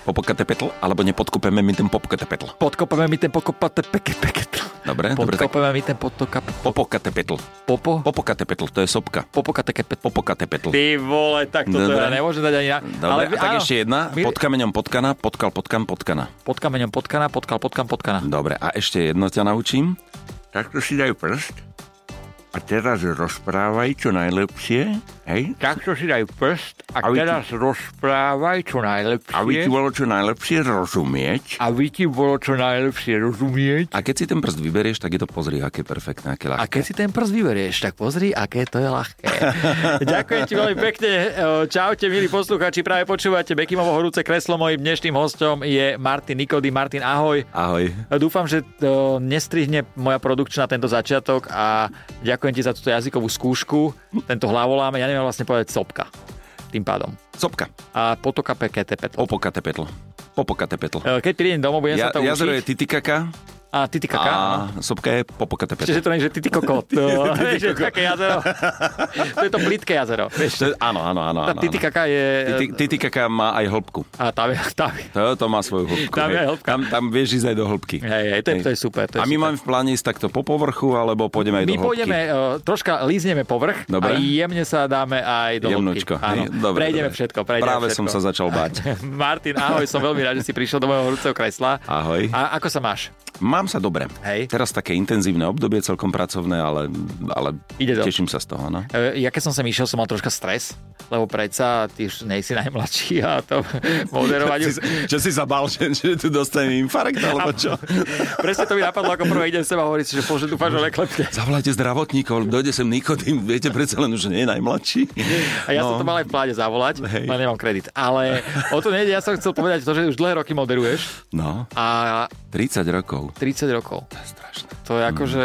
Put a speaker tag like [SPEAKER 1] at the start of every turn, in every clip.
[SPEAKER 1] Popokatepetl, alebo nepodkopeme mi ten popokatepetl.
[SPEAKER 2] Podkopeme mi ten pokopate peke peketl.
[SPEAKER 1] Dobre, dobre, tak
[SPEAKER 2] Podkopeme mi ten potokap.
[SPEAKER 1] popokatepetl.
[SPEAKER 2] Popo?
[SPEAKER 1] Popokatepetl, to je sopka.
[SPEAKER 2] Popokate kepet.
[SPEAKER 1] Popokatepetl.
[SPEAKER 2] Ty vole, tak toto
[SPEAKER 1] Dobre.
[SPEAKER 2] ja nemôžem Teda dať ani na...
[SPEAKER 1] Dobre, a tak
[SPEAKER 2] áno,
[SPEAKER 1] ešte jedna.
[SPEAKER 2] my-
[SPEAKER 1] Pod kameňom potkaná, potkal potkan potkana.
[SPEAKER 2] Pod kameňom potkaná, potkal, potkam, potkaná.
[SPEAKER 1] Dobre, a ešte jedno ťa naučím.
[SPEAKER 3] Takto si dajú prst a teraz rozprávaj čo najlepšie, hej?
[SPEAKER 4] Takto si daj prst a
[SPEAKER 3] Aby ti-
[SPEAKER 4] teraz rozprávaj čo najlepšie.
[SPEAKER 3] Aby ti bolo čo najlepšie rozumieť.
[SPEAKER 4] aby ti bolo čo najlepšie rozumieť.
[SPEAKER 1] A keď si ten prst vyberieš, tak je to pozri, aké perfektné, aké
[SPEAKER 2] A
[SPEAKER 1] ľahké.
[SPEAKER 2] keď si ten prst vyberieš, tak pozri, aké to je ľahké. Ďakujem ti veľmi pekne. E, Čaute, milí poslucháči, práve počúvate Bekimovo horúce kreslo. Mojím dnešným hostom je Martin Nikody. Martin, ahoj.
[SPEAKER 1] Ahoj.
[SPEAKER 2] Dúfam, že to nestrihne moja produkčná tento začiatok a ďakujem ti za túto jazykovú skúšku, tento hlavolám, ja neviem vlastne povedať sopka tým pádom.
[SPEAKER 1] Sopka.
[SPEAKER 2] A potoka pekete petlo.
[SPEAKER 1] Popokatepetl. Popokatepetl.
[SPEAKER 2] E, Keď prídem domov, budem
[SPEAKER 1] Ja,
[SPEAKER 2] sa to
[SPEAKER 1] jazero je
[SPEAKER 2] učiť.
[SPEAKER 1] Titikaka
[SPEAKER 2] A ty ty kaká. áno.
[SPEAKER 1] a sopka je Popokatepetl.
[SPEAKER 2] Čiže to nie, že ty ty kokot. To, že také jazero. to je to plitké jazero.
[SPEAKER 1] To je- Áno, áno, áno. áno,
[SPEAKER 2] Tá
[SPEAKER 1] áno.
[SPEAKER 2] Titicaca je...
[SPEAKER 1] Titi- Titikaka má aj hĺbku.
[SPEAKER 2] A tam je... Tam je
[SPEAKER 1] To, to má svoju hĺbku.
[SPEAKER 2] Tam je
[SPEAKER 1] hej.
[SPEAKER 2] hĺbka.
[SPEAKER 1] Tam, tam vieš ísť aj do hĺbky.
[SPEAKER 2] hej, hej, to, je,
[SPEAKER 1] Hej.
[SPEAKER 2] to je super. To je
[SPEAKER 1] A my
[SPEAKER 2] super.
[SPEAKER 1] máme v pláne ísť takto po povrchu, alebo pôjdeme aj
[SPEAKER 2] My
[SPEAKER 1] do hĺbky?
[SPEAKER 2] pôjdeme, uh, troška lízneme povrch
[SPEAKER 1] Dobre.
[SPEAKER 2] a jemne sa dáme aj do
[SPEAKER 1] Jemnočko.
[SPEAKER 2] hĺbky. Áno,
[SPEAKER 1] hej? Dobre,
[SPEAKER 2] prejdeme
[SPEAKER 1] dobre.
[SPEAKER 2] všetko. Prejdeme
[SPEAKER 1] Práve
[SPEAKER 2] všetko.
[SPEAKER 1] som sa začal báť.
[SPEAKER 2] Martin, ahoj, som veľmi rád, že si prišiel do mojho horúceho kresla.
[SPEAKER 1] Ahoj.
[SPEAKER 2] A ako sa máš?
[SPEAKER 1] Mám sa dobre.
[SPEAKER 2] Hej.
[SPEAKER 1] Teraz také intenzívne obdobie, celkom pracovné, ale, ale
[SPEAKER 2] Ide to.
[SPEAKER 1] teším sa z toho. No.
[SPEAKER 2] E, Ja keď som sem išiel, som mal troška stres, lebo predsa ty už nejsi najmladší a to moderovať už...
[SPEAKER 1] Čo si sa bál, že, že tu dostane infarkt, alebo čo?
[SPEAKER 2] Presne to mi napadlo, ako prvé idem sem a hovorím si, že bože, dúfam, že leklepne.
[SPEAKER 1] Zavolajte zdravotníkov, dojde sem Nikodým, viete predsa len, že nie je najmladší.
[SPEAKER 2] A ja no. som to mal aj v pláne zavolať,
[SPEAKER 1] Hej.
[SPEAKER 2] ale nemám kredit. Ale o to nejde, ja som chcel povedať to, že už dlhé roky moderuješ
[SPEAKER 1] No,
[SPEAKER 2] a
[SPEAKER 1] 30 rokov.
[SPEAKER 2] 30 rokov.
[SPEAKER 1] To je strašné.
[SPEAKER 2] To je ako, že...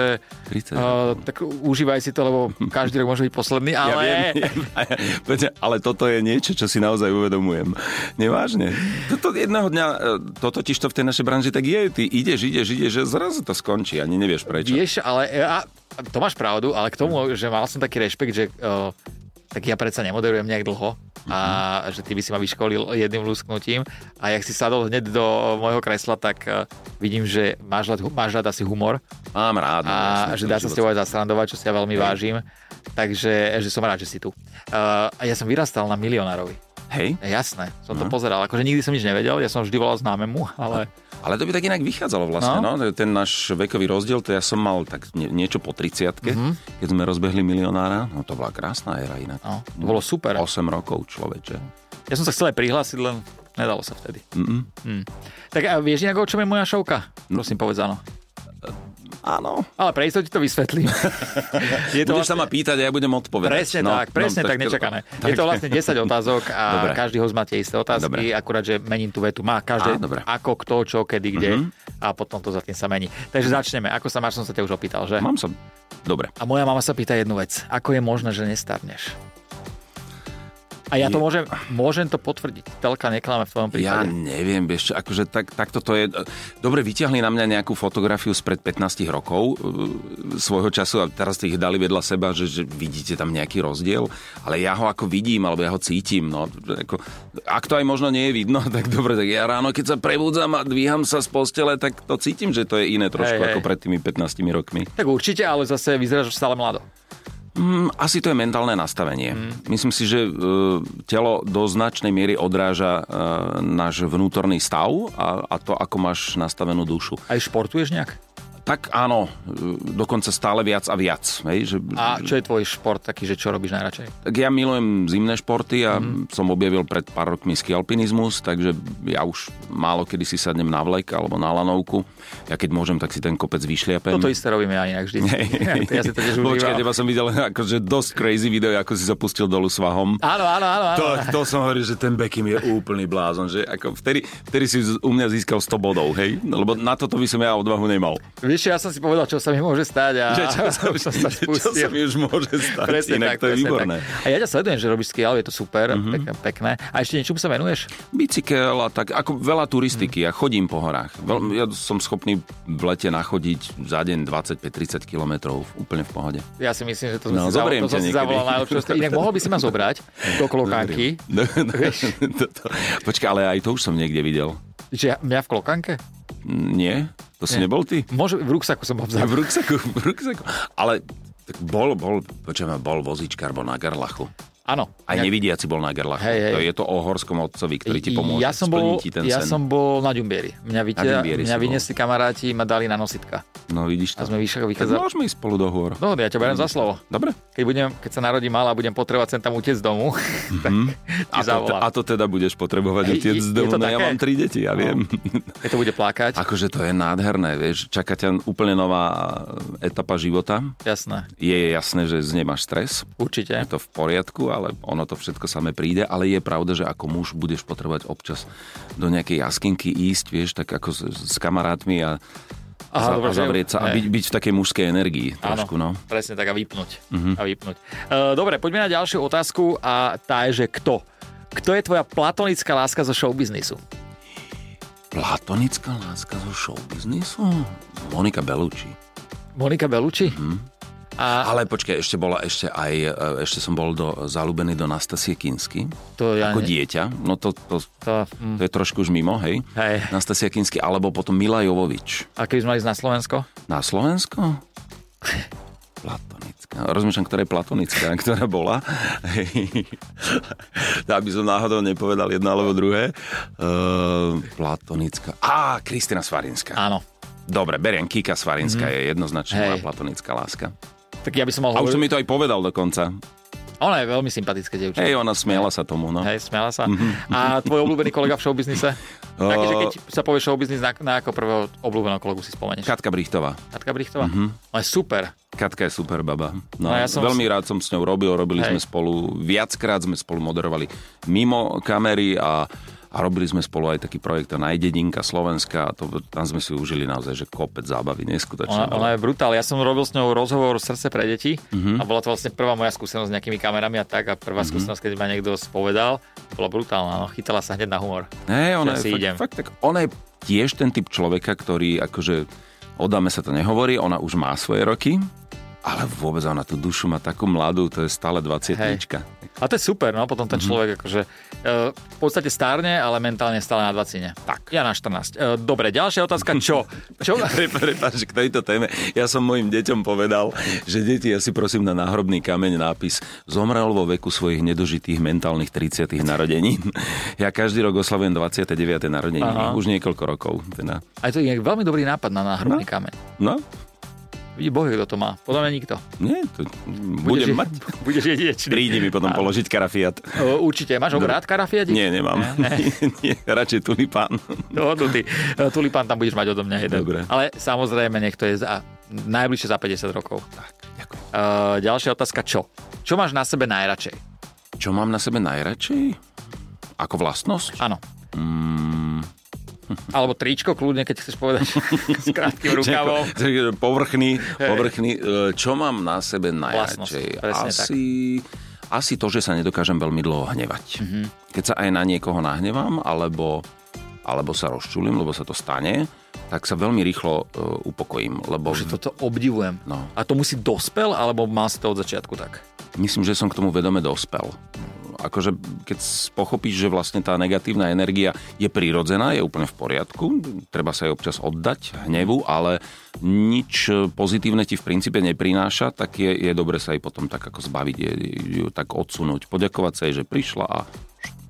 [SPEAKER 1] 30 Mm. rokov.
[SPEAKER 2] Uh, tak užívaj si to, lebo každý rok môže byť posledný, ale...
[SPEAKER 1] Ja viem, ja, Peťa, ale toto je niečo, čo si naozaj uvedomujem. Nevážne. Toto jedného dňa, e, to totiž to v tej našej branži tak je. Ty ideš, ideš, ideš, že zrazu to skončí, ani nevieš prečo.
[SPEAKER 2] Vieš, ale e, a, to máš pravdu, ale k tomu, že mal som taký rešpekt, že uh, tak ja predsa nemoderujem nejak dlho a že ty by si ma vyškolil jedným lusknutím a jak si sadol hneď do môjho kresla, tak uh, vidím, že máš rád, máš rád asi humor
[SPEAKER 1] Mám rád. no,
[SPEAKER 2] a že dá sa s tebou aj zasrandovať, čo si ja veľmi vážim. Takže že som rád, že si tu. Uh, a ja som vyrastal na milionárovi.
[SPEAKER 1] Hej,
[SPEAKER 2] E, Jasné, som to pozeral. Akože nikdy som nič nevedel, ja som vždy volal známemu, ale
[SPEAKER 1] ale to by tak inak vychádzalo vlastne, no.
[SPEAKER 2] No.
[SPEAKER 1] no? Ten náš vekový rozdiel, to ja som mal tak nie, niečo po 30
[SPEAKER 2] Mhm.
[SPEAKER 1] mm-hmm. keď sme rozbehli milionára. No to bola krásna éra inak.
[SPEAKER 2] no, to bolo super.
[SPEAKER 1] 8 rokov človeče.
[SPEAKER 2] Ja som sa chcel aj prihlásiť, len nedalo sa vtedy. Mm.
[SPEAKER 1] Mm-mm. Mm.
[SPEAKER 2] Tak a vieš nejak, o čom je moja šovka? Prosím, povedz áno.
[SPEAKER 1] Áno.
[SPEAKER 2] Ale pre istotu ti to vysvetlím. je vlastne-
[SPEAKER 1] Budeš sa ma pýtať a ja budem odpovedať.
[SPEAKER 2] Presne
[SPEAKER 1] no,
[SPEAKER 2] tak, presne
[SPEAKER 1] no,
[SPEAKER 2] tak, nečakané. Je to vlastne 10 otázok a
[SPEAKER 1] Dobre.
[SPEAKER 2] každý host má tie isté otázky,
[SPEAKER 1] Dobre.
[SPEAKER 2] akurát, že mením tú vetu.
[SPEAKER 1] Á,
[SPEAKER 2] Má každé,
[SPEAKER 1] dobre. Mhm.
[SPEAKER 2] ako, kto, čo, kedy, kde a potom to za tým sa mení. Takže začneme. Ako sa máš, som sa ťa už opýtal, že?
[SPEAKER 1] Mám sa... Dobre.
[SPEAKER 2] A moja mama sa pýta jednu vec. Ako je možné, že nestarneš? A ja to
[SPEAKER 1] Je-
[SPEAKER 2] môžem, môžem to potvrdiť. Telka neklame v tvojom
[SPEAKER 1] Ja
[SPEAKER 2] prípade.
[SPEAKER 1] neviem, vieš, čo, akože tak, takto to je. Dobre, vyťahli na mňa nejakú fotografiu spred 15 rokov e, svojho času a teraz ste ich dali vedľa seba, že, že vidíte tam nejaký rozdiel, ale ja ho ako vidím, alebo ja ho cítim. No, ako, ak to aj možno nie je vidno, tak dobre, tak ja ráno, keď sa prebudzam a dvíham sa z postele, tak to cítim, že to je iné trošku
[SPEAKER 2] Hej,
[SPEAKER 1] ako
[SPEAKER 2] hej.
[SPEAKER 1] pred tými 15 rokmi.
[SPEAKER 2] Tak určite, ale zase vyzeráš stále mlado.
[SPEAKER 1] Mm, asi to je mentálne nastavenie.
[SPEAKER 2] Hm.
[SPEAKER 1] Mm. Myslím si, že e, telo do značnej miery odráža e, náš vnútorný stav a, a to, ako máš nastavenú dušu.
[SPEAKER 2] Aj športuješ nejak?
[SPEAKER 1] Tak áno, e, dokonca stále viac a viac. Hej, že,
[SPEAKER 2] A čo je tvoj šport taký, že čo robíš najradšej?
[SPEAKER 1] tak ja milujem zimné športy a mm.
[SPEAKER 2] Mhm.
[SPEAKER 1] som objavil pred pár rokmi ski alpinizmus, takže ja už málo kedy si sadnem na vlek alebo na lanovku. Ja keď môžem, tak si ten kopec vyšliapem.
[SPEAKER 2] Toto isté robím ja inak vždy. ja si to tiež
[SPEAKER 1] Počkaj,
[SPEAKER 2] užívam.
[SPEAKER 1] teba som videl akože dosť crazy video, ako si sa pustil dolu svahom.
[SPEAKER 2] Áno, áno, áno. áno.
[SPEAKER 1] To, to som hovoril, že ten Beckham je úplný blázon, že ako vtedy, vtedy si z- u mňa získal 100 bodov, hej? No, Lebo na toto by som ja odvahu nemal.
[SPEAKER 2] Vieš, Vieš, čo, ja som si povedal, čo sa mi môže stať a
[SPEAKER 1] Že čo sa,
[SPEAKER 2] už som sa
[SPEAKER 1] čo sa
[SPEAKER 2] spustil.
[SPEAKER 1] mi už môže stať,
[SPEAKER 2] Presne
[SPEAKER 1] inak
[SPEAKER 2] tak,
[SPEAKER 1] to je
[SPEAKER 2] presne
[SPEAKER 1] výborné. Mhm.
[SPEAKER 2] Tak. A ja ťa sledujem, že robíš skial, je to super, mm-hmm. pekné, pekné. A ešte niečomu sa venuješ?
[SPEAKER 1] Bicykel a tak, ako veľa turistiky, ja chodím po horách. Veľ, ja som schopný v lete nachodiť za deň 25-30 kilometrov, úplne v pohode.
[SPEAKER 2] Ja si myslím, že to
[SPEAKER 1] No,
[SPEAKER 2] sme si,
[SPEAKER 1] zoberiem
[SPEAKER 2] zavolal,
[SPEAKER 1] ťa
[SPEAKER 2] to som si
[SPEAKER 1] niekedy.
[SPEAKER 2] zavolal najlepšie. Inak mohol by si ma zobrať do klokanky.
[SPEAKER 1] No, no, to- to- Počkaj, ale aj to už som niekde videl.
[SPEAKER 2] Že ja- mňa v klokanke?
[SPEAKER 1] Mm, Nie? To si
[SPEAKER 2] Nie.
[SPEAKER 1] nebol ty?
[SPEAKER 2] Môže, v ruksaku som ho
[SPEAKER 1] V
[SPEAKER 2] vzal.
[SPEAKER 1] ruksaku, v ruksaku. Ale tak bol, bol, počujem, bol vozičkár, bol na Garlachu.
[SPEAKER 2] Áno.
[SPEAKER 1] Aj nevidiaci bol na Garlachu.
[SPEAKER 2] Hej, hej.
[SPEAKER 1] To je to o horskom otcovi, ktorý ti pomôže.
[SPEAKER 2] ja som,
[SPEAKER 1] splní
[SPEAKER 2] bol,
[SPEAKER 1] ti ten sen.
[SPEAKER 2] ja som bol na Ďumbieri. Mňa, vytia,
[SPEAKER 1] Na Ďumbieri si
[SPEAKER 2] mňa
[SPEAKER 1] bol.
[SPEAKER 2] vyniesli kamaráti, ma dali na nositka.
[SPEAKER 1] No vidíš
[SPEAKER 2] A
[SPEAKER 1] to.
[SPEAKER 2] sme vyšli
[SPEAKER 1] Tak
[SPEAKER 2] vychádzali.
[SPEAKER 1] môžeme ísť spolu do hôr.
[SPEAKER 2] No, ja ťa beriem za slovo.
[SPEAKER 1] Dobre.
[SPEAKER 2] Keď, budem, keď sa narodí malá a budem potrebovať sem tam utiec z domu, tak ti
[SPEAKER 1] Mhm. A to,
[SPEAKER 2] zavolám.
[SPEAKER 1] a to teda budeš potrebovať
[SPEAKER 2] Je-
[SPEAKER 1] utiec
[SPEAKER 2] je-
[SPEAKER 1] z
[SPEAKER 2] je
[SPEAKER 1] domu.
[SPEAKER 2] to
[SPEAKER 1] No, ja
[SPEAKER 2] také?
[SPEAKER 1] mám tri deti, ja viem.
[SPEAKER 2] Keď to bude plakať,
[SPEAKER 1] Akože to je nádherné, vieš. Čaká ťa úplne nová etapa života.
[SPEAKER 2] jasné,
[SPEAKER 1] Je jasné, že z nej máš stres.
[SPEAKER 2] určite.
[SPEAKER 1] Je to v poriadku, ale ono to všetko samé príde, ale je pravda, že ako muž budeš potrebovať občas do nejakej jaskinky ísť, vieš, tak ako s, s kamarátmi a, a,
[SPEAKER 2] Aha,
[SPEAKER 1] za,
[SPEAKER 2] dobre,
[SPEAKER 1] a
[SPEAKER 2] že-
[SPEAKER 1] zavrieť sa a
[SPEAKER 2] hej.
[SPEAKER 1] byť, byť v takej mužskej energii
[SPEAKER 2] Áno,
[SPEAKER 1] trošku, no. Mhm.
[SPEAKER 2] presne tak a vypnúť. A vypnúť. E, dobre, poďme na ďalšiu otázku a tá je, že kto? Kto je tvoja platonická láska zo showbiznisu?
[SPEAKER 1] Platonická láska zo showbiznisu? Monika Bellucci.
[SPEAKER 2] Monika Bellucci?
[SPEAKER 1] Mhm.
[SPEAKER 2] A
[SPEAKER 1] Ale počkaj, ešte bola ešte aj, e, ešte som bol do, zalúbený do Nastasie Kinsky.
[SPEAKER 2] to ja...
[SPEAKER 1] Ako
[SPEAKER 2] ne-
[SPEAKER 1] dieťa, no to, to,
[SPEAKER 2] To, mm,
[SPEAKER 1] to je trošku už mimo, hej.
[SPEAKER 2] hej.
[SPEAKER 1] Nastasia Kinsky, alebo potom Mila Jovovič.
[SPEAKER 2] A keby sme mali ísť na Slovensko?
[SPEAKER 1] Na Slovensko? Platonická. Rozmýšľam, ktorá je platonická, ktorá bola. Aby som náhodou nepovedal jedno alebo druhé. Uh, platonická. Á, Kristina Svarinská.
[SPEAKER 2] Áno.
[SPEAKER 1] Dobre, beriem. Kika Svarinská je jednoznačne
[SPEAKER 2] Mhm. Hej.
[SPEAKER 1] moja platonická láska.
[SPEAKER 2] Tak ja by som mal
[SPEAKER 1] A už som
[SPEAKER 2] hovoriť...
[SPEAKER 1] mi to aj povedal dokonca.
[SPEAKER 2] Ona je veľmi sympatická dievča.
[SPEAKER 1] Hej, ona smiela sa tomu, no.
[SPEAKER 2] Hej, smiala sa. A tvoj obľúbený kolega v showbiznise?
[SPEAKER 1] O-
[SPEAKER 2] Taký, že keď sa povie showbiznis, na, na ako prvého obľúbeného kolegu si spomeneš.
[SPEAKER 1] Katka Brichtová.
[SPEAKER 2] Katka
[SPEAKER 1] Mhm.
[SPEAKER 2] Brichtová? Mm-hmm. je super.
[SPEAKER 1] Katka je super baba. No,
[SPEAKER 2] No,
[SPEAKER 1] no
[SPEAKER 2] ja
[SPEAKER 1] ja
[SPEAKER 2] som-
[SPEAKER 1] veľmi rád som s ňou robil, robili Hej.
[SPEAKER 2] Hej.
[SPEAKER 1] sme spolu, viackrát sme spolu moderovali mimo kamery a, a robili sme spolu aj taký projekt Najdedinka Slovenska a to, tam sme si užili naozaj, že kopec zábavy, neskutočne.
[SPEAKER 2] Ona, ona je brutál. Ja som robil s ňou rozhovor Srdce pre deti
[SPEAKER 1] Mhm.
[SPEAKER 2] mm-hmm. a bola to vlastne prvá moja skúsenosť s nejakými kamerami a tak a prvá mm-hmm. skúsenosť, keď ma niekto spovedal, bola brutálna. No, chytala sa hneď na humor.
[SPEAKER 1] Hej, ona
[SPEAKER 2] Že si
[SPEAKER 1] je,
[SPEAKER 2] idem.
[SPEAKER 1] fakt, fakt, tak, ona je tiež ten typ človeka, ktorý akože, o dáme sa to nehovorí, ona už má svoje roky, ale vôbec ona tú dušu má takú mladú, to je stále 20
[SPEAKER 2] A to je super, no potom
[SPEAKER 1] Mhm.
[SPEAKER 2] ten človek akože e, v podstate stárne, ale mentálne stále na 20. Tak. Ja na 14. E, dobre, ďalšia otázka, čo? čo?
[SPEAKER 1] Pre- Prepáč, k tejto téme. Ja som mojim deťom povedal, že deti, ja si prosím na náhrobný kameň nápis Zomrel vo veku svojich nedožitých mentálnych 30 narodenín. Ja každý rok oslavujem 29. narodeniny.
[SPEAKER 2] Aha.
[SPEAKER 1] Už niekoľko rokov. Teda.
[SPEAKER 2] Aj to je inak veľmi dobrý nápad na
[SPEAKER 1] No.
[SPEAKER 2] náhrobný kameň.
[SPEAKER 1] No,
[SPEAKER 2] Vidí Boh, kto to má. Podľa mňa nikto.
[SPEAKER 1] nie, to budem mať.
[SPEAKER 2] Budeš jedinečný.
[SPEAKER 1] Prídi mi potom položiť karafiat.
[SPEAKER 2] O, Určite. Máš ho
[SPEAKER 1] Dobre.
[SPEAKER 2] rád, Karafiadi?
[SPEAKER 1] Nie, nemám. Nie, radšej tulipán.
[SPEAKER 2] Dohodnutý. E, Tulipán tam budeš mať odo mňa jeden.
[SPEAKER 1] Dobre.
[SPEAKER 2] Ale samozrejme, nech to je za, najbližšie za 50 rokov.
[SPEAKER 1] Tak, ďakujem.
[SPEAKER 2] Uh, ďalšia otázka, čo? Čo máš na sebe najradšej?
[SPEAKER 1] Čo mám na sebe najradšej? Ako vlastnosť?
[SPEAKER 2] Áno.
[SPEAKER 1] Mm.
[SPEAKER 2] Alebo tričko, kľudne, keď chceš povedať s krátkým rukavom.
[SPEAKER 1] Čako- takže Povrchný, povrchný. e, Čo mám na sebe najradšej?
[SPEAKER 2] Vlastnosť, presne tak.
[SPEAKER 1] Asi, asi to, že sa nedokážem veľmi dlho hnevať.
[SPEAKER 2] Mhm.
[SPEAKER 1] Mm-hmm. Keď sa aj na niekoho nahnevám, alebo, alebo sa rozčulím, lebo sa to stane, tak sa veľmi rýchlo e, upokojím, lebo
[SPEAKER 2] Že toto obdivujem.
[SPEAKER 1] No.
[SPEAKER 2] A tomu si dospel, alebo mal si to od začiatku tak?
[SPEAKER 1] myslím, že som k tomu vedome dospel. Akože keď s- pochopíš, že vlastne tá negatívna energia je prírodzená, je úplne v poriadku, treba sa jej občas oddať hnevu, ale nič e, pozitívne ti v princípe neprináša, tak je, je dobre sa jej potom tak ako zbaviť, je, ju tak odsunúť, poďakovať sa jej, že prišla a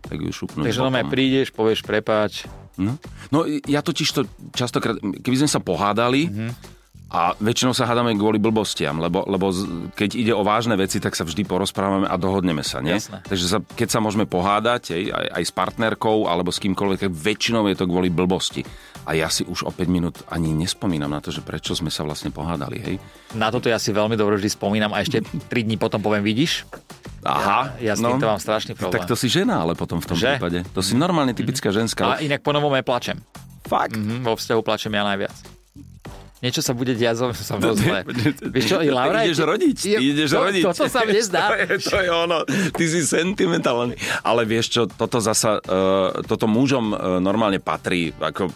[SPEAKER 1] tak ju šupnúť.
[SPEAKER 2] Takže normálne
[SPEAKER 1] bokom.
[SPEAKER 2] prídeš, povieš prepáč.
[SPEAKER 1] No, no ja totiž to častokrát, keby sme sa pohádali, mm-hmm. A väčšinou sa hádame kvôli blbostiam, lebo, lebo z- keď ide o vážne veci, tak sa vždy porozprávame a dohodneme sa, nie?
[SPEAKER 2] Jasné.
[SPEAKER 1] Takže sa, keď sa môžeme pohádať aj, aj, aj s partnerkou alebo s kýmkoľvek, tak väčšinou je to kvôli blbosti. A ja si už o 5 minút ani nespomínam na to, že prečo sme sa vlastne pohádali, hej?
[SPEAKER 2] Na toto ja si veľmi dobre vždy spomínam a ešte 3 dní potom poviem, vidíš?
[SPEAKER 1] Aha.
[SPEAKER 2] Ja s týmto mám strašný problém.
[SPEAKER 1] No. Tak to si žena, ale potom v tom
[SPEAKER 2] Že? Mhm.
[SPEAKER 1] prípade. To si normálne typická ženská.
[SPEAKER 2] A inak po novom aj plačem.
[SPEAKER 1] Fakt.
[SPEAKER 2] Mhm, vo vzťahu plačem ja najviac. niečo sa bude diať, zaujímavé sa mnou zle. Vieš čo, i Laura...
[SPEAKER 1] Ty ideš rodiť, ty ideš
[SPEAKER 2] to,
[SPEAKER 1] rodiť.
[SPEAKER 2] Toto sa mne zdá.
[SPEAKER 1] To je, to je ono, ty si sentimentálny. Ale vieš čo, toto zasa, uh, toto mužom uh, normálne patrí, ako...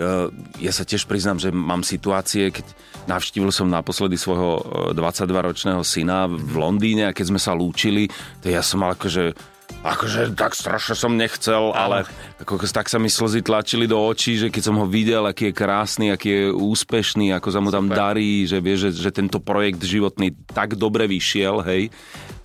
[SPEAKER 1] Uh, ja sa tiež priznám, že mám situácie, keď navštívil som naposledy svojho uh, 22-ročného syna v Londýne a keď sme sa lúčili, to ja som mal akože Akože tak strašne som nechcel, ale ako, tak sa mi slzy tlačili do očí, že keď som ho videl, aký je krásny, aký je úspešný, ako sa mu tam darí, že vie, že, že tento projekt životný tak dobre vyšiel, hej.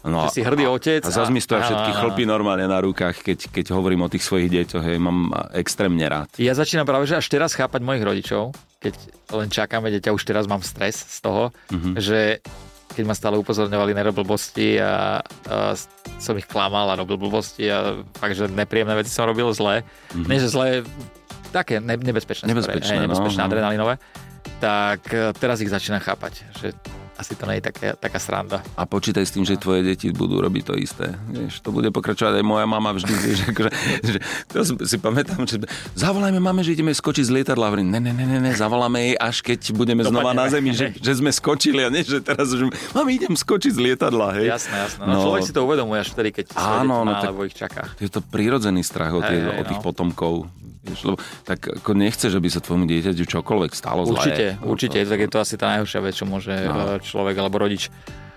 [SPEAKER 1] No,
[SPEAKER 2] Že si hrdý otec
[SPEAKER 1] A, a zase mi
[SPEAKER 2] a-
[SPEAKER 1] stoja
[SPEAKER 2] áno,
[SPEAKER 1] všetky
[SPEAKER 2] áno,
[SPEAKER 1] chlpy normálne na rukách, keď, keď hovorím o tých svojich deťoch, hej, mám extrémne rád.
[SPEAKER 2] Ja začínam práve, že až teraz chápať mojich rodičov, keď len čakáme dieťa, už teraz mám stres z toho,
[SPEAKER 1] Mhm.
[SPEAKER 2] že keď ma stále upozorňovali, nerob blbosti a, a s- som ich klamal a robil blbosti a fakt, že nepríjemné veci som robil zlé. Nie, že zlé, také ne, nebezpečné. skôr,
[SPEAKER 1] Mhm. Nebezpečné,
[SPEAKER 2] hej, nebezpečné
[SPEAKER 1] no, no.
[SPEAKER 2] adrenalinové. Tak e, teraz ich začínam chápať, že asi to nie je také, taká sranda.
[SPEAKER 1] A počítaj s tým, že tvoje deti budú robiť to isté. Vieš, to bude pokračovať aj moja mama vždy. Vieš, akože, že, to som- si pamätám, že zavolajme mame, že ideme skočiť z lietadla. Hovorím, ne, ne, ne, ne, ne, zavoláme jej, až keď budeme znova na zemi, že, že sme skočili a nie, že teraz už, mami, idem skočiť z lietadla, hej.
[SPEAKER 2] Jasné, jasné. No, no, človek si to uvedomuje až vtedy, keď
[SPEAKER 1] Áno, no
[SPEAKER 2] áno, má,
[SPEAKER 1] tak-
[SPEAKER 2] alebo ich čaká.
[SPEAKER 1] Je to prírodzený strach o, tie,
[SPEAKER 2] Hej, hej,
[SPEAKER 1] o tých
[SPEAKER 2] no.
[SPEAKER 1] potomkov. Vieš, lebo, tak ako nechce, že by sa tvojmu dieťaťu čokoľvek stalo
[SPEAKER 2] Určite,
[SPEAKER 1] zlé.
[SPEAKER 2] určite, tak je to asi tá najhoršia vec, čo môže
[SPEAKER 1] No.
[SPEAKER 2] no. človek alebo rodič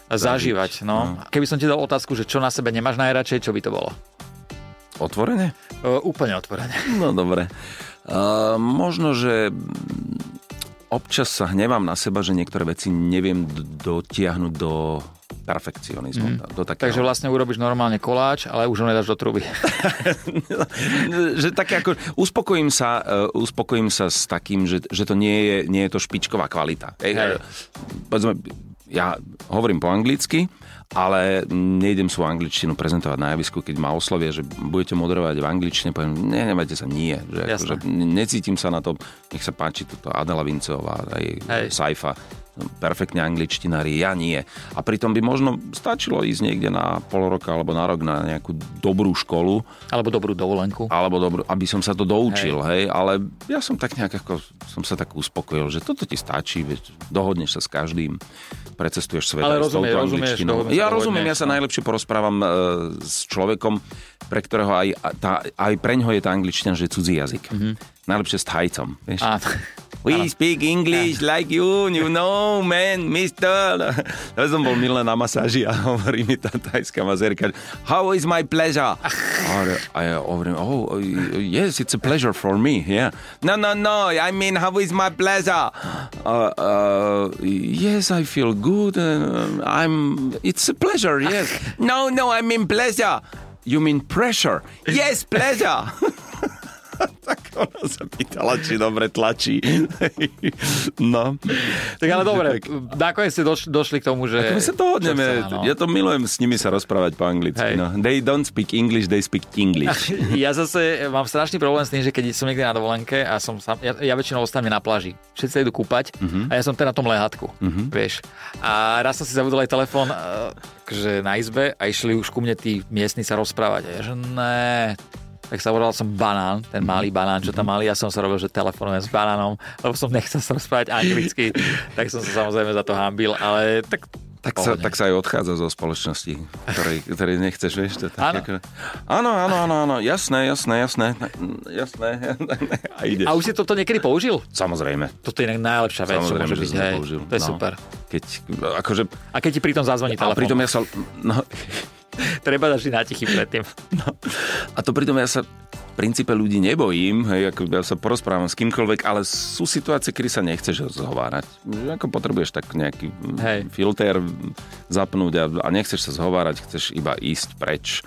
[SPEAKER 2] zažívať. No. Keby som ti dal otázku, že čo na sebe nemáš najradšej, čo by to bolo?
[SPEAKER 1] Otvorene?
[SPEAKER 2] E, Úplne otvorene.
[SPEAKER 1] No dobre. Uh, možno, že občas sa hnevám na seba, že niektoré veci neviem d- dotiahnuť do perfekcionizmu. Mm. Do takého,
[SPEAKER 2] Takže vlastne urobíš normálne koláč, ale už ho nedáš do truby.
[SPEAKER 1] že také ako, uspokojím sa, uh, uspokojím sa s takým, že, že to nie je, nie je to špičková kvalita. Ej,
[SPEAKER 2] Hej.
[SPEAKER 1] eh, Povedzme, ja hovorím po anglicky, ale nejdem svoju angličtinu prezentovať na javisku, keď ma oslovia, že budete moderovať v angličtine, poviem, ne, nebajte sa, nie. Že, ako,
[SPEAKER 2] Jasné.
[SPEAKER 1] že ne- necítim sa na to, nech sa páči toto Adela Vincová, aj
[SPEAKER 2] Hej.
[SPEAKER 1] Saifa, perfektne angličtinári, ja nie. A pritom by možno stačilo ísť niekde na pol roka alebo na rok na nejakú dobrú školu,
[SPEAKER 2] Alebo dobrú dovolenku.
[SPEAKER 1] alebo dobrú, aby som sa to doučil, hej. hej, ale ja som tak nejak ako, som sa tak uspokojil, že toto ti stačí, veď dohodneš sa s každým, precestuješ svet aj s
[SPEAKER 2] Ale rozumie-
[SPEAKER 1] touto
[SPEAKER 2] rozumieš,
[SPEAKER 1] angličtinou.
[SPEAKER 2] dohodneš sa,
[SPEAKER 1] Ja rozumiem,
[SPEAKER 2] dohodneš,
[SPEAKER 1] ja sa
[SPEAKER 2] no.
[SPEAKER 1] najlepšie porozprávam e, s človekom, pre ktorého aj, a tá, aj preňho je tá angličtina, že je cudzí jazyk.
[SPEAKER 2] Mhm.
[SPEAKER 1] Mm-hmm. Najlepšie s Thajcom, vieš.
[SPEAKER 2] A,
[SPEAKER 1] We speak English like you, you know, man, mister. Ja som bol milé na masáži a hovorí mi tá tajská mazérka, how is my pleasure? A hovorí- a ja hovorím, oh, yes, it's a pleasure for me, yeah. No, no, no, I mean, how is my pleasure? Uh, uh, yes, I feel good. Uh, I'm, it's a pleasure, yes. No, no, I mean pleasure. You mean pressure? Yes, pleasure. Tak ona sa pýtala, či dobre tlačí. no.
[SPEAKER 2] tak ale dobre, nakoniec ste doš- došli k tomu, že...
[SPEAKER 1] My sa dohodneme.
[SPEAKER 2] Čo sa, no.
[SPEAKER 1] Ja to milujem s nimi sa rozprávať po anglicky.
[SPEAKER 2] Hej.
[SPEAKER 1] No. They don't speak English, they speak Tinglish.
[SPEAKER 2] ja zase mám strašný problém s tým, že keď som niekde na dovolenke a som sám, ja, ja väčšinou ostanem na pláži. Všetci sa idú kúpať
[SPEAKER 1] Mhm.
[SPEAKER 2] a ja som ten na tom lehatku, vieš. A raz som si zabudol aj telefón že na izbe a išli už ku mne tí miestni sa rozprávať. A ja že ne, tak sa volal som banán, ten
[SPEAKER 1] Mhm.
[SPEAKER 2] malý banán, čo tam mali. Ja som sa robil, že telefonujem s banánom, lebo som nechcel sa rozprávať anglicky. tak som sa samozrejme za to hambil, ale tak
[SPEAKER 1] tak, sa,
[SPEAKER 2] Pohodne.
[SPEAKER 1] tak sa aj odchádza zo spoločnosti, ktorej, ktorej nechceš, vieš. To tak
[SPEAKER 2] Áno.
[SPEAKER 1] ako... áno, áno, áno, áno, jasné, jasné, jasné, jasné. A ideš.
[SPEAKER 2] A už si toto niekedy použil?
[SPEAKER 1] Samozrejme.
[SPEAKER 2] Toto je inak najlepšia vec, čo
[SPEAKER 1] Samozrejme,
[SPEAKER 2] môže
[SPEAKER 1] že
[SPEAKER 2] byť.
[SPEAKER 1] som to
[SPEAKER 2] hej.
[SPEAKER 1] použil.
[SPEAKER 2] To je
[SPEAKER 1] No.
[SPEAKER 2] super.
[SPEAKER 1] Keď, akože,
[SPEAKER 2] A keď ti pritom zazvoní
[SPEAKER 1] a
[SPEAKER 2] telefón.
[SPEAKER 1] pritom ja sa... No,
[SPEAKER 2] Treba dať vždy na tichý predtým.
[SPEAKER 1] A to pritom ja sa v princípe ľudí nebojím, hej, ako ja sa porozprávam s kýmkoľvek, ale sú situácie, kedy sa nechceš zhovárať. Že Ako potrebuješ tak nejaký
[SPEAKER 2] Hej.
[SPEAKER 1] hej. filter zapnúť a, a nechceš sa zhovárať, chceš iba ísť preč.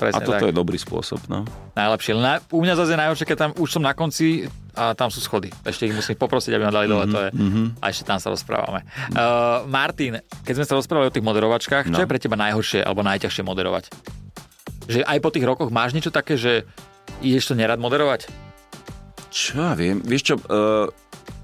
[SPEAKER 1] A
[SPEAKER 2] presne
[SPEAKER 1] toto
[SPEAKER 2] tak.
[SPEAKER 1] je dobrý spôsob, no.
[SPEAKER 2] Najlepšie. Na, u mňa zase je najhoršie, keď tam už som na konci a tam sú schody. Ešte ich musím poprosiť, aby ma dali dole. To je,
[SPEAKER 1] Mhm,
[SPEAKER 2] a ešte tam sa rozprávame. Uh, Martin, keď sme sa rozprávali o tých moderovačkách,
[SPEAKER 1] No.
[SPEAKER 2] čo je pre teba najhoršie alebo najťažšie moderovať? Že aj po tých rokoch máš niečo také, že ideš to nerad moderovať?
[SPEAKER 1] Čo ja viem, vieš čo, uh,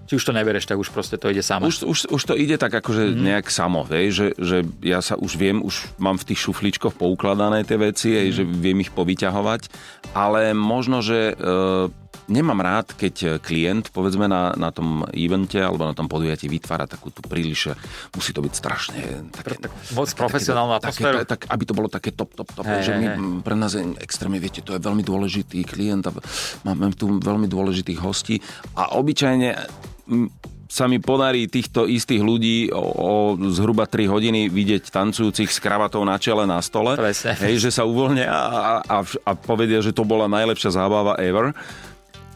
[SPEAKER 2] Či už to nebereš, tak už proste to ide samo.
[SPEAKER 1] už, už, už to ide tak akože
[SPEAKER 2] Mhm.
[SPEAKER 1] mm. nejak samo, hej, že, že ja sa už viem, už mám v tých šufličkoch
[SPEAKER 2] Mhm.
[SPEAKER 1] poukladané tie veci, hej, že viem ich povyťahovať, ale možno, že... Uh, nemám rád, keď klient, povedzme, na, na tom evente alebo na tom podujatí vytvára takú tú príliš, e, musí to byť strašne také,
[SPEAKER 2] Tak moc profesionálnu
[SPEAKER 1] také,
[SPEAKER 2] atmosféru.
[SPEAKER 1] tak, aby to bolo také top, top, top,
[SPEAKER 2] Hej,
[SPEAKER 1] že my,
[SPEAKER 2] hej.
[SPEAKER 1] m, pre nás je extrémne, viete, to je veľmi dôležitý klient a máme tu veľmi dôležitých hostí a obyčajne m, sa mi podarí týchto istých ľudí o, o zhruba 3 hodiny vidieť tancujúcich s kravatou na čele na stole.
[SPEAKER 2] Presne.
[SPEAKER 1] Hej, že sa uvoľnia a, a- a, vš- a povedia, že to bola najlepšia zábava ever.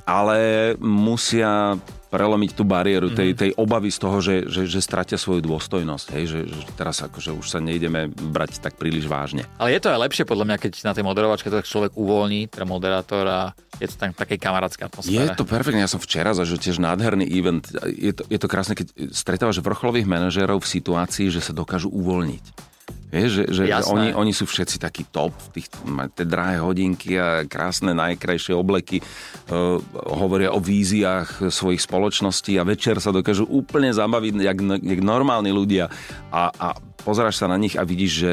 [SPEAKER 1] Ale musia prelomiť tú bariéru tej, tej obavy z toho, že, že, že stratia svoju dôstojnosť. Hej, že, že teraz akože už sa nejdeme brať tak príliš vážne.
[SPEAKER 2] Ale je to aj lepšie podľa mňa, keď na tej moderovačke to tak človek uvoľní, teda moderátor a je to tam v takej kamarátskej
[SPEAKER 1] Je
[SPEAKER 2] atmosfére.
[SPEAKER 1] to perfektné, ja som včera zažil tiež nádherný event. Je to, je to krásne, keď stretávaš vrcholových manažérov v situácii, že sa dokážu uvoľniť. Vieš, že, že, že
[SPEAKER 2] Jasné.
[SPEAKER 1] oni, oni sú všetci takí top, v tých, majú tie drahé hodinky a krásne najkrajšie obleky, uh, hovoria o víziách svojich spoločností a večer sa dokážu úplne zabaviť, jak, jak normálni ľudia. A, a pozeráš sa na nich a vidíš, že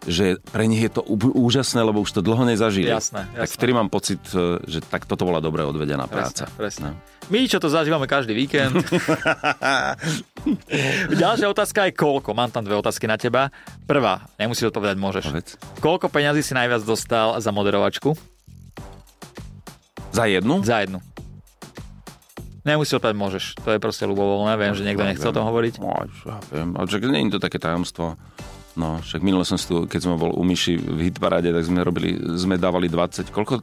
[SPEAKER 1] že pre nich je to ú- úžasné, lebo už to dlho nezažili.
[SPEAKER 2] Jasné,
[SPEAKER 1] Tak
[SPEAKER 2] jasné.
[SPEAKER 1] vtedy mám pocit, e, že tak toto bola dobre odvedená práca. No.
[SPEAKER 2] Presne, presne. My, čo to zažívame každý víkend. Ďalšia otázka je koľko. Mám tam dve otázky na teba. Prvá, nemusíš odpovedať, môžeš.
[SPEAKER 1] Povedz.
[SPEAKER 2] Koľko peňazí si najviac dostal za moderovačku?
[SPEAKER 1] Za jednu?
[SPEAKER 2] Za jednu. Nemusíš odpovedať, môžeš. To je proste ľubovoľné. Viem, že niekto nechce o tom hovoriť.
[SPEAKER 1] No, čo ja viem. Ale však nie je to také tajomstvo. No, však minule som si tu, keď som bol u Myši v hitparade, tak sme robili, sme dávali 20, koľko?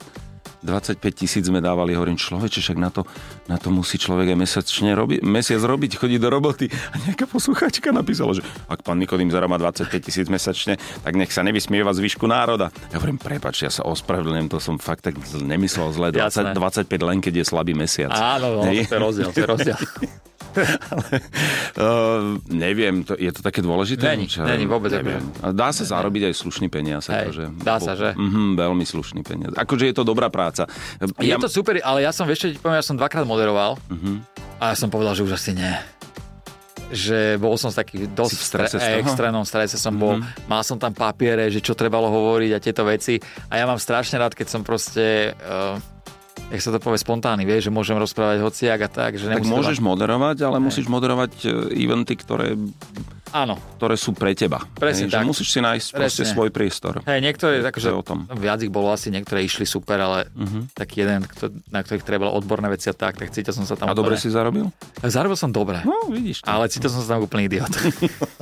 [SPEAKER 1] 25 tisíc sme dávali, hovorím, človeče, však na to, na to musí človek aj mesačne robi, mesiac robiť, chodí do roboty. A nejaká poslucháčka napísala, že ak pán Nikodým zarába 25 tisíc mesačne, tak nech sa nevysmieva zvyšku národa. Ja hovorím, prepač, ja sa ospravedlňujem, to som fakt tak zl- nemyslel zle, 20,
[SPEAKER 2] Jasné.
[SPEAKER 1] 25 len, keď je slabý mesiac.
[SPEAKER 2] Áno, no,
[SPEAKER 1] Hej.
[SPEAKER 2] to je rozdiel, to je rozdiel.
[SPEAKER 1] Uh, neviem, to, je to také dôležité?
[SPEAKER 2] Není,
[SPEAKER 1] Čo,
[SPEAKER 2] není vôbec, akože-
[SPEAKER 1] Neviem. A dá sa zarobiť aj slušný peniaz.
[SPEAKER 2] Hej,
[SPEAKER 1] akože,
[SPEAKER 2] dá sa, že?
[SPEAKER 1] Mhm, veľmi slušný peniaz. Akože je to dobrá práca.
[SPEAKER 2] Je to super, ale ja som, vieš čo ti poviem, ja som dvakrát moderoval
[SPEAKER 1] Mhm.
[SPEAKER 2] a ja som povedal, že už asi nie. Že bol som taký dosť
[SPEAKER 1] Si v strese z
[SPEAKER 2] stre-
[SPEAKER 1] toho? Mhm.
[SPEAKER 2] extrémnom strese som bol. Mal som tam papiere, že čo trebalo hovoriť a tieto veci. A ja mám strašne rád, keď som proste... Uh, jak sa to povie, spontánny, vieš, že môžem rozprávať hociak a tak, že
[SPEAKER 1] tak
[SPEAKER 2] nemusím to
[SPEAKER 1] môžeš
[SPEAKER 2] mať-
[SPEAKER 1] moderovať, ale musíš moderovať e, eventy, ktoré,
[SPEAKER 2] Áno,
[SPEAKER 1] ktoré sú pre teba. Hej,
[SPEAKER 2] Presne
[SPEAKER 1] že
[SPEAKER 2] tak.
[SPEAKER 1] Musíš si nájsť proste
[SPEAKER 2] Presne.
[SPEAKER 1] svoj priestor.
[SPEAKER 2] Hej, niektoré,
[SPEAKER 1] je
[SPEAKER 2] takže
[SPEAKER 1] o tom. Mhm.
[SPEAKER 2] viac ich bolo asi, niektoré išli super, ale uh-huh. taký jeden, kto, na ktorých treba odborné veci a tak, tak cítil som sa
[SPEAKER 1] A
[SPEAKER 2] tam
[SPEAKER 1] dobre
[SPEAKER 2] úplne...
[SPEAKER 1] si zarobil?
[SPEAKER 2] Zarobil som dobre,
[SPEAKER 1] No, vidíš to.
[SPEAKER 2] ale cítil som sa tam úplný idiot.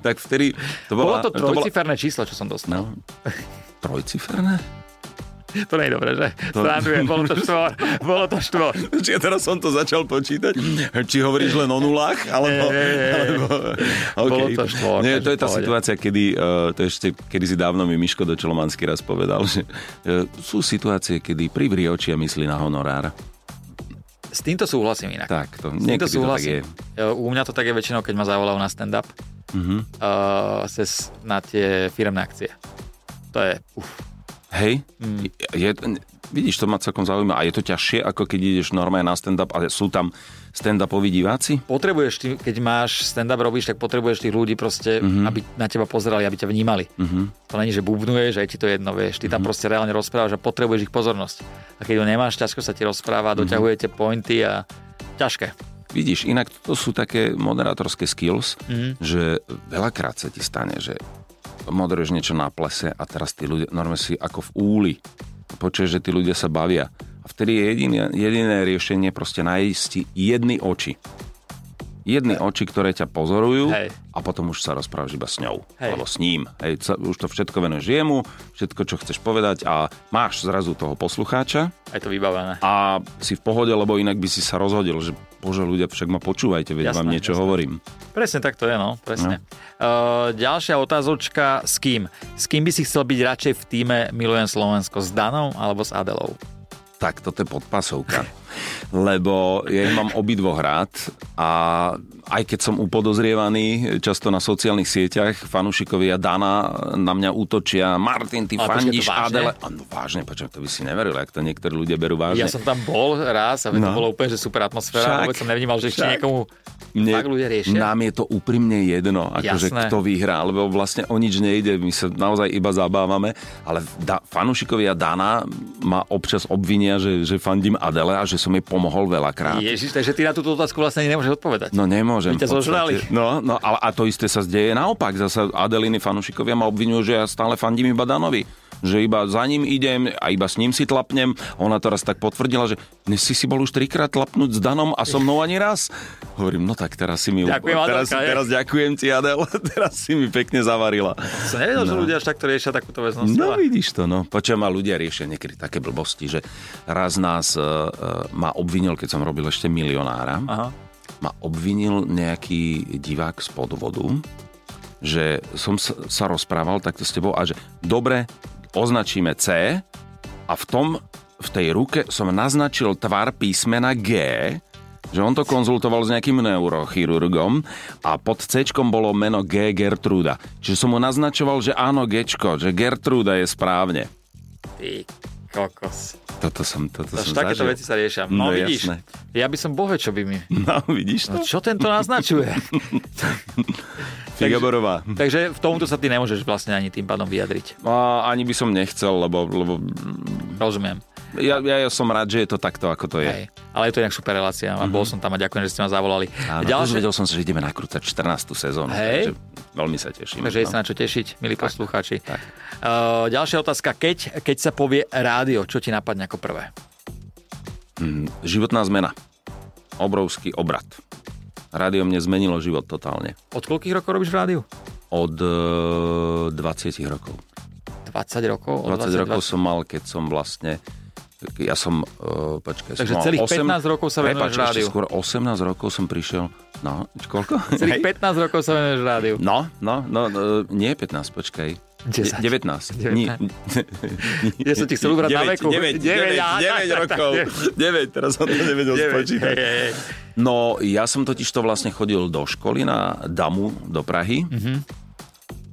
[SPEAKER 1] tak vtedy... To
[SPEAKER 2] Bolo
[SPEAKER 1] bola,
[SPEAKER 2] to
[SPEAKER 1] bola-
[SPEAKER 2] trojciferné číslo, čo som dostal.
[SPEAKER 1] No, trojciferné?
[SPEAKER 2] To nie je dobré, že? To... Strandujem, bolo to štvor. Bolo to štvor.
[SPEAKER 1] Či ja teraz som to začal počítať? Či hovoríš len o nulách? Alebo,
[SPEAKER 2] Nie, nie, nie.
[SPEAKER 1] alebo,
[SPEAKER 2] Bolo
[SPEAKER 1] OK.
[SPEAKER 2] to štvorka,
[SPEAKER 1] Nie, to je
[SPEAKER 2] že
[SPEAKER 1] tá
[SPEAKER 2] v pohode.
[SPEAKER 1] situácia, kedy, eh, to ešte, kedy si dávno mi Miško do Čelomanský raz povedal, že eh, sú situácie, kedy privrie oči a myslí na honorár.
[SPEAKER 2] S týmto súhlasím inak.
[SPEAKER 1] Tak, to
[SPEAKER 2] S týmto
[SPEAKER 1] niekedy to tak je.
[SPEAKER 2] súhlasím. E, U mňa to tak je väčšinou, keď ma zavolajú na stand-up.
[SPEAKER 1] Mhm.
[SPEAKER 2] Uh, cez, na tie firmné akcie. To je, uf,
[SPEAKER 1] Hej,
[SPEAKER 2] Mm.
[SPEAKER 1] je, vidíš, to ma celkom zaujíma. A je to ťažšie, ako keď ideš normálne na stand-up, ale sú tam stand-upoví diváci?
[SPEAKER 2] potrebuješ, ty, keď máš stand-up robíš, tak potrebuješ tých ľudí proste, mm-hmm. aby na teba pozerali, aby ťa vnímali. Mm-hmm. To není, že bubnuješ, aj ti to jedno, vieš. Ty tam proste reálne rozprávaš a potrebuješ ich pozornosť. A keď ho nemáš, ťažko sa ti rozpráva, mm-hmm. doťahujete pointy a ťažké.
[SPEAKER 1] Vidíš, inak to sú také moderátorské skills,
[SPEAKER 2] Mhm.
[SPEAKER 1] mm. že veľakrát sa ti stane, že moderuješ niečo na plese a teraz tí ľudia, normálne si ako v úli, počuješ, že tí ľudia sa bavia. A vtedy je jediné, jediné riešenie proste nájsť si jedny oči. Jedny oči, ktoré ťa pozorujú
[SPEAKER 2] Hej.
[SPEAKER 1] a potom už sa rozprávaš iba s ňou,
[SPEAKER 2] Hej.
[SPEAKER 1] alebo s ním. Hej, sa- už to všetko venuješ jemu, všetko, čo chceš povedať a máš zrazu toho poslucháča
[SPEAKER 2] Aj to vybavené.
[SPEAKER 1] a si v pohode, lebo inak by si sa rozhodil, že bože ľudia, však ma počúvajte, veď
[SPEAKER 2] Jasné,
[SPEAKER 1] vám niečo
[SPEAKER 2] jasné.
[SPEAKER 1] hovorím.
[SPEAKER 2] Presne tak to je, no, presne. No. Uh, ďalšia otázočka, s kým? S kým by si chcel byť radšej v týme Milujem Slovensko? S Danom alebo s Adelou?
[SPEAKER 1] Tak, toto je podpasovka. lebo ja ich mám obidvoch rád a aj keď som upodozrievaný často na sociálnych sieťach, fanúšikovia Dana na mňa útočia, Martin, ty
[SPEAKER 2] Ale počkaj,
[SPEAKER 1] fandíš
[SPEAKER 2] to vážne?
[SPEAKER 1] Adele. A no vážne, počkaj, to by si neveril, ak to niektorí ľudia berú vážne.
[SPEAKER 2] Ja som tam bol raz a no. to
[SPEAKER 1] No.
[SPEAKER 2] bolo úplne že super atmosféra.
[SPEAKER 1] Však,
[SPEAKER 2] Vôbec som nevnímal, že ešte
[SPEAKER 1] však.
[SPEAKER 2] niekomu
[SPEAKER 1] Mne-
[SPEAKER 2] fakt ľudia riešia.
[SPEAKER 1] Nám je to úprimne jedno, akože
[SPEAKER 2] Jasné.
[SPEAKER 1] kto vyhrá, lebo vlastne o nič nejde, my sa naozaj iba zabávame, ale da, fanúšikovia Dana ma občas obvinia, že, že fandím Adele a že som jej pomohol veľakrát.
[SPEAKER 2] Ježiš, takže ty na túto otázku vlastne ani nemôžeš odpovedať.
[SPEAKER 1] No nemôžem.
[SPEAKER 2] By
[SPEAKER 1] v
[SPEAKER 2] ťa
[SPEAKER 1] podstate.
[SPEAKER 2] zožrali.
[SPEAKER 1] No, no ale a to isté sa deje naopak. Zasa Adeliny fanušikovia ma obvinujú, že ja stále fandím iba Danovi. Že iba za ním idem a iba s ním si tlapnem. Ona teraz tak potvrdila, že dnes si si bol už trikrát tlapnúť s Danom a so mnou ani raz. Hovorím, no tak teraz si mi...
[SPEAKER 2] Ďakujem,
[SPEAKER 1] teraz,
[SPEAKER 2] Adelka, je.
[SPEAKER 1] teraz ďakujem ti, Adel. Teraz si mi pekne zavarila.
[SPEAKER 2] Som nevedel, že ľudia až takto riešia takúto väznosť.
[SPEAKER 1] No vidíš to, no. Počujem, ma ľudia riešia niekedy také blbosti, že raz nás uh, ma obvinil, keď som robil ešte milionára
[SPEAKER 2] Aha.
[SPEAKER 1] ma obvinil nejaký divák z podvodu, že som s- sa rozprával takto s tebou a že dobre, označíme C a v tom, v tej ruke som naznačil tvar písmena G, že on to konzultoval s nejakým neurochirurgom a pod C bolo meno G Gertruda. Čiže som mu naznačoval, že áno G, že Gertruda je správne.
[SPEAKER 2] Ty kokos.
[SPEAKER 1] Toto som, toto
[SPEAKER 2] Až
[SPEAKER 1] som
[SPEAKER 2] takéto
[SPEAKER 1] zažil.
[SPEAKER 2] veci sa riešia.
[SPEAKER 1] No,
[SPEAKER 2] No, vidíš,
[SPEAKER 1] jasné.
[SPEAKER 2] ja by som bohe, čo by mi...
[SPEAKER 1] No, vidíš to?
[SPEAKER 2] No, čo tento naznačuje?
[SPEAKER 1] Figaborová.
[SPEAKER 2] Takže v tomto sa ty nemôžeš vlastne ani tým pádom vyjadriť.
[SPEAKER 1] A ani by som nechcel, lebo, lebo
[SPEAKER 2] Rozumiem.
[SPEAKER 1] Ja, ja, ja som rád, že je to takto, ako to je.
[SPEAKER 2] Hej. Ale je to inak super relácia. A bol som tam a ďakujem, že ste ma zavolali.
[SPEAKER 1] Mhm. Áno,
[SPEAKER 2] Ďalšie...
[SPEAKER 1] Dozvedel som sa, že ideme nakrúcať 14. sezónu.
[SPEAKER 2] Hej.
[SPEAKER 1] Takže veľmi sa teším. No.
[SPEAKER 2] Takže je sa na čo tešiť, milí poslucháči. Uh, ďalšia otázka. Keď, keď sa povie rádio, čo ti napadne ako prvé?
[SPEAKER 1] Mm, Životná zmena. Obrovský obrat. Rádio mne zmenilo život totálne.
[SPEAKER 2] Od koľkých rokov robíš v rádiu?
[SPEAKER 1] Od e, 20 rokov.
[SPEAKER 2] 20 rokov? Od
[SPEAKER 1] 20, rokov som mal, keď som vlastne... Ja som... E, počkaj,
[SPEAKER 2] Takže
[SPEAKER 1] som mal
[SPEAKER 2] celých 15 rokov sa venuješ
[SPEAKER 1] Prepáč, ešte
[SPEAKER 2] rádiu.
[SPEAKER 1] skôr 18 rokov som prišiel... No, koľko?
[SPEAKER 2] Celých
[SPEAKER 1] Hej.
[SPEAKER 2] 15 rokov sa venuješ rádiu.
[SPEAKER 1] No, no, no, e, nie 15, počkaj.
[SPEAKER 2] 10.
[SPEAKER 1] 19. Nie,
[SPEAKER 2] Ja som ti chcel ubrať
[SPEAKER 1] 9,
[SPEAKER 2] na veku.
[SPEAKER 1] 9, 9,
[SPEAKER 2] 9, á, tak,
[SPEAKER 1] 9
[SPEAKER 2] tak,
[SPEAKER 1] rokov.
[SPEAKER 2] tak,
[SPEAKER 1] 9, teraz som to nevedel spočítať.
[SPEAKER 2] Hej, hej, hej.
[SPEAKER 1] No, ja som totiž to vlastne chodil do školy na Damu do Prahy.
[SPEAKER 2] Mhm.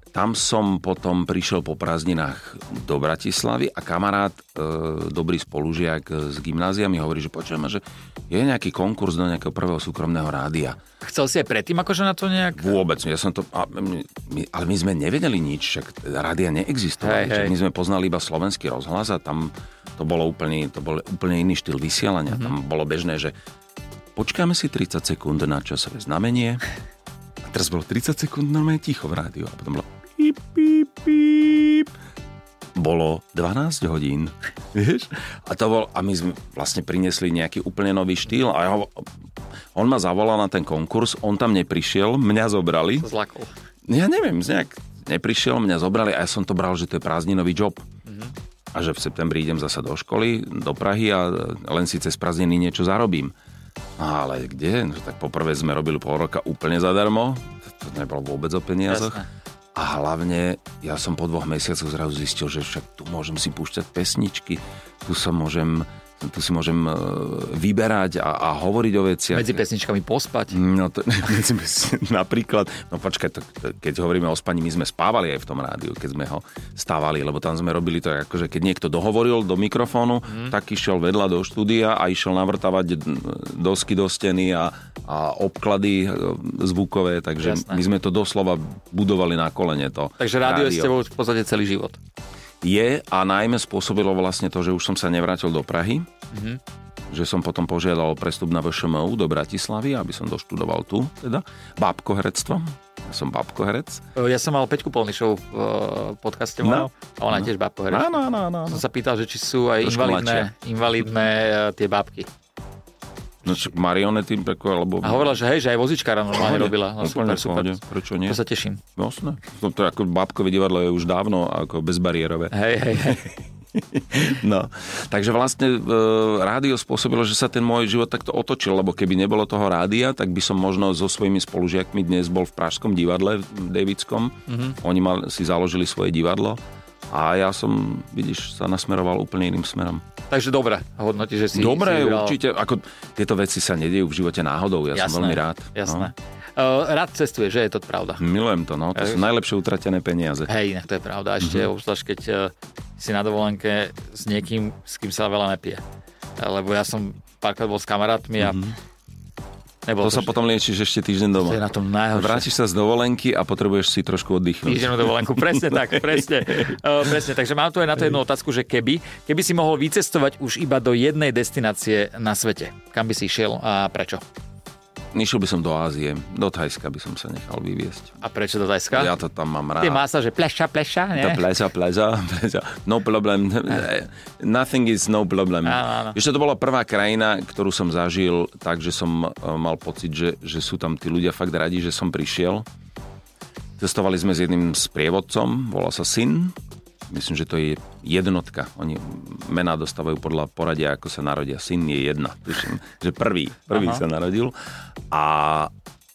[SPEAKER 1] Tam som potom prišiel po prázdninách do Bratislavy a kamarát, e, dobrý spolužiak z gymnázia mi hovorí, že počujem, že je nejaký konkurs do nejakého prvého súkromného rádia.
[SPEAKER 2] Chcel si aj predtým akože na to nejak...
[SPEAKER 1] Vôbec, ja som to... A, my, my- ale my sme nevedeli nič, však rádia neexistovali.
[SPEAKER 2] Hej,
[SPEAKER 1] Hej, hej.
[SPEAKER 2] hej.
[SPEAKER 1] My sme poznali iba slovenský rozhlas a tam to bolo úplne, to bol úplne iný štýl vysielania. Mm-hmm. Tam bolo bežné, že počkáme si 30 sekúnd na časové znamenie. A teraz bolo 30 sekúnd normálne ticho v rádiu. A potom bolo píp, píp, píp. Bolo 12 hodín. Vieš? A to bol, a my sme vlastne priniesli nejaký úplne nový štýl. A ja ho, on ma zavolal na ten konkurs, on tam neprišiel, mňa zobrali.
[SPEAKER 2] S lakou.
[SPEAKER 1] Ja neviem, z nejak neprišiel, mňa zobrali a ja som to bral, že to je prázdninový job.
[SPEAKER 2] Mhm.
[SPEAKER 1] A že v septembri idem zasa do školy, do Prahy a len si cez prázdniny niečo zarobím. Ale kde? No, tak poprvé sme robili pol roka úplne zadarmo. To nebolo vôbec o peniazoch.
[SPEAKER 2] Jasné.
[SPEAKER 1] A hlavne, ja som po dvoch mesiacoch zrazu zistil, že však tu môžem si púšťať pesničky, tu sa môžem tu si môžem e, vyberať a, a hovoriť o veciach.
[SPEAKER 2] Medzi pesničkami pospať.
[SPEAKER 1] No to, myslím si, napríklad, no počkaj, to, to, keď hovoríme o spaní, my sme spávali aj v tom rádiu, keď sme ho stávali, lebo tam sme robili to, akože keď niekto dohovoril do mikrofónu, mm.
[SPEAKER 2] Mhm.
[SPEAKER 1] tak išiel vedľa do štúdia a išiel navrtávať mm, dosky do steny a, a obklady e, zvukové, takže
[SPEAKER 2] Jasné.
[SPEAKER 1] Jasné. my sme to doslova budovali na kolene to.
[SPEAKER 2] Takže rádio je s tebou v podstate celý život.
[SPEAKER 1] Je a najmä spôsobilo vlastne to, že už som sa nevrátil do Prahy, mm-hmm.
[SPEAKER 2] Mhm.
[SPEAKER 1] že som potom požiadal o prestup na VŠMU do Bratislavy, aby som doštudoval tu, teda, bábkoherectvo. Ja som bábkoherec.
[SPEAKER 2] E, Ja som mal Peťku Polnišovú v e, podcaste
[SPEAKER 1] No.
[SPEAKER 2] no. a ona je tiež bábko herečka.
[SPEAKER 1] Áno, áno, áno. áno.
[SPEAKER 2] Som sa pýtal, že či sú
[SPEAKER 1] Trošku
[SPEAKER 2] aj invalidné, invalidné e, tie bábky.
[SPEAKER 1] No, čo, marionety, ako, alebo...
[SPEAKER 2] A hovorila, že hej, že aj vozičkára normálne
[SPEAKER 1] Pohode,
[SPEAKER 2] robila. No,
[SPEAKER 1] úplne v
[SPEAKER 2] super, super.
[SPEAKER 1] pohode, Prečo nie?
[SPEAKER 2] To sa teším.
[SPEAKER 1] Jasné. No, to je ako bábkové divadlo je už dávno ako bezbariérové.
[SPEAKER 2] Hej, hej, hej.
[SPEAKER 1] No, takže vlastne e, rádio spôsobilo, že sa ten môj život takto otočil, lebo keby nebolo toho rádia, tak by som možno so svojimi
[SPEAKER 2] Mhm.
[SPEAKER 1] spolužiakmi dnes bol v Pražskom divadle v Davidskom. Mm-hmm. Oni mal, si založili svoje divadlo A ja som, vidíš, sa nasmeroval úplne iným smerom.
[SPEAKER 2] Takže dobre, hodnotí, že si si
[SPEAKER 1] Dobre,
[SPEAKER 2] vybral-
[SPEAKER 1] určite. Ako, tieto veci sa nedejú v živote náhodou. Ja som veľmi rád.
[SPEAKER 2] Jasné.
[SPEAKER 1] No.
[SPEAKER 2] No. Rád cestuje, že je to pravda.
[SPEAKER 1] Milujem to, no. To sú najlepšie utratené peniaze.
[SPEAKER 2] Hej, inak to je pravda.
[SPEAKER 1] Mhm.
[SPEAKER 2] Ešte mm-hmm. obzvlášť, keď eh, si na dovolenke s niekým, s kým sa veľa nepije. Eh, Lebo ja som párkrát bol s kamarátmi a mm-hmm. nebolo
[SPEAKER 1] Mhm. To sa
[SPEAKER 2] že-
[SPEAKER 1] potom liečiš ešte týždeň doma.
[SPEAKER 2] To je na tom najhoršie.
[SPEAKER 1] Vrátiš sa z dovolenky a potrebuješ si trošku oddychnúť.
[SPEAKER 2] Týždennú dovolenku, presne tak, presne. Uh, presne. Takže mám tu aj na to jednu otázku, že keby, keby si mohol vycestovať už iba do jednej destinácie na svete, kam by si išiel a prečo?
[SPEAKER 1] Išiel by som do Ázie, do Thajska by som sa nechal vyviesť.
[SPEAKER 2] A prečo do Tajska?
[SPEAKER 1] Ja to tam mám rád.
[SPEAKER 2] Tie masa, že pleša, pleša, nie?
[SPEAKER 1] To pleza, pleza, pleza. No problem. Nothing is no problem.
[SPEAKER 2] Áno, áno.
[SPEAKER 1] Ešte to bola prvá krajina, ktorú som zažil tak, že som e, mal pocit, že, že sú tam tí ľudia fakt radi, že som prišiel. Cestovali sme s jedným sprievodcom, volá sa Syn. Myslím, že to je jednotka. Oni mená dostávajú podľa poradia, ako sa narodia. Syn je jedna. Tuším, že prvý, prvý sa narodil. A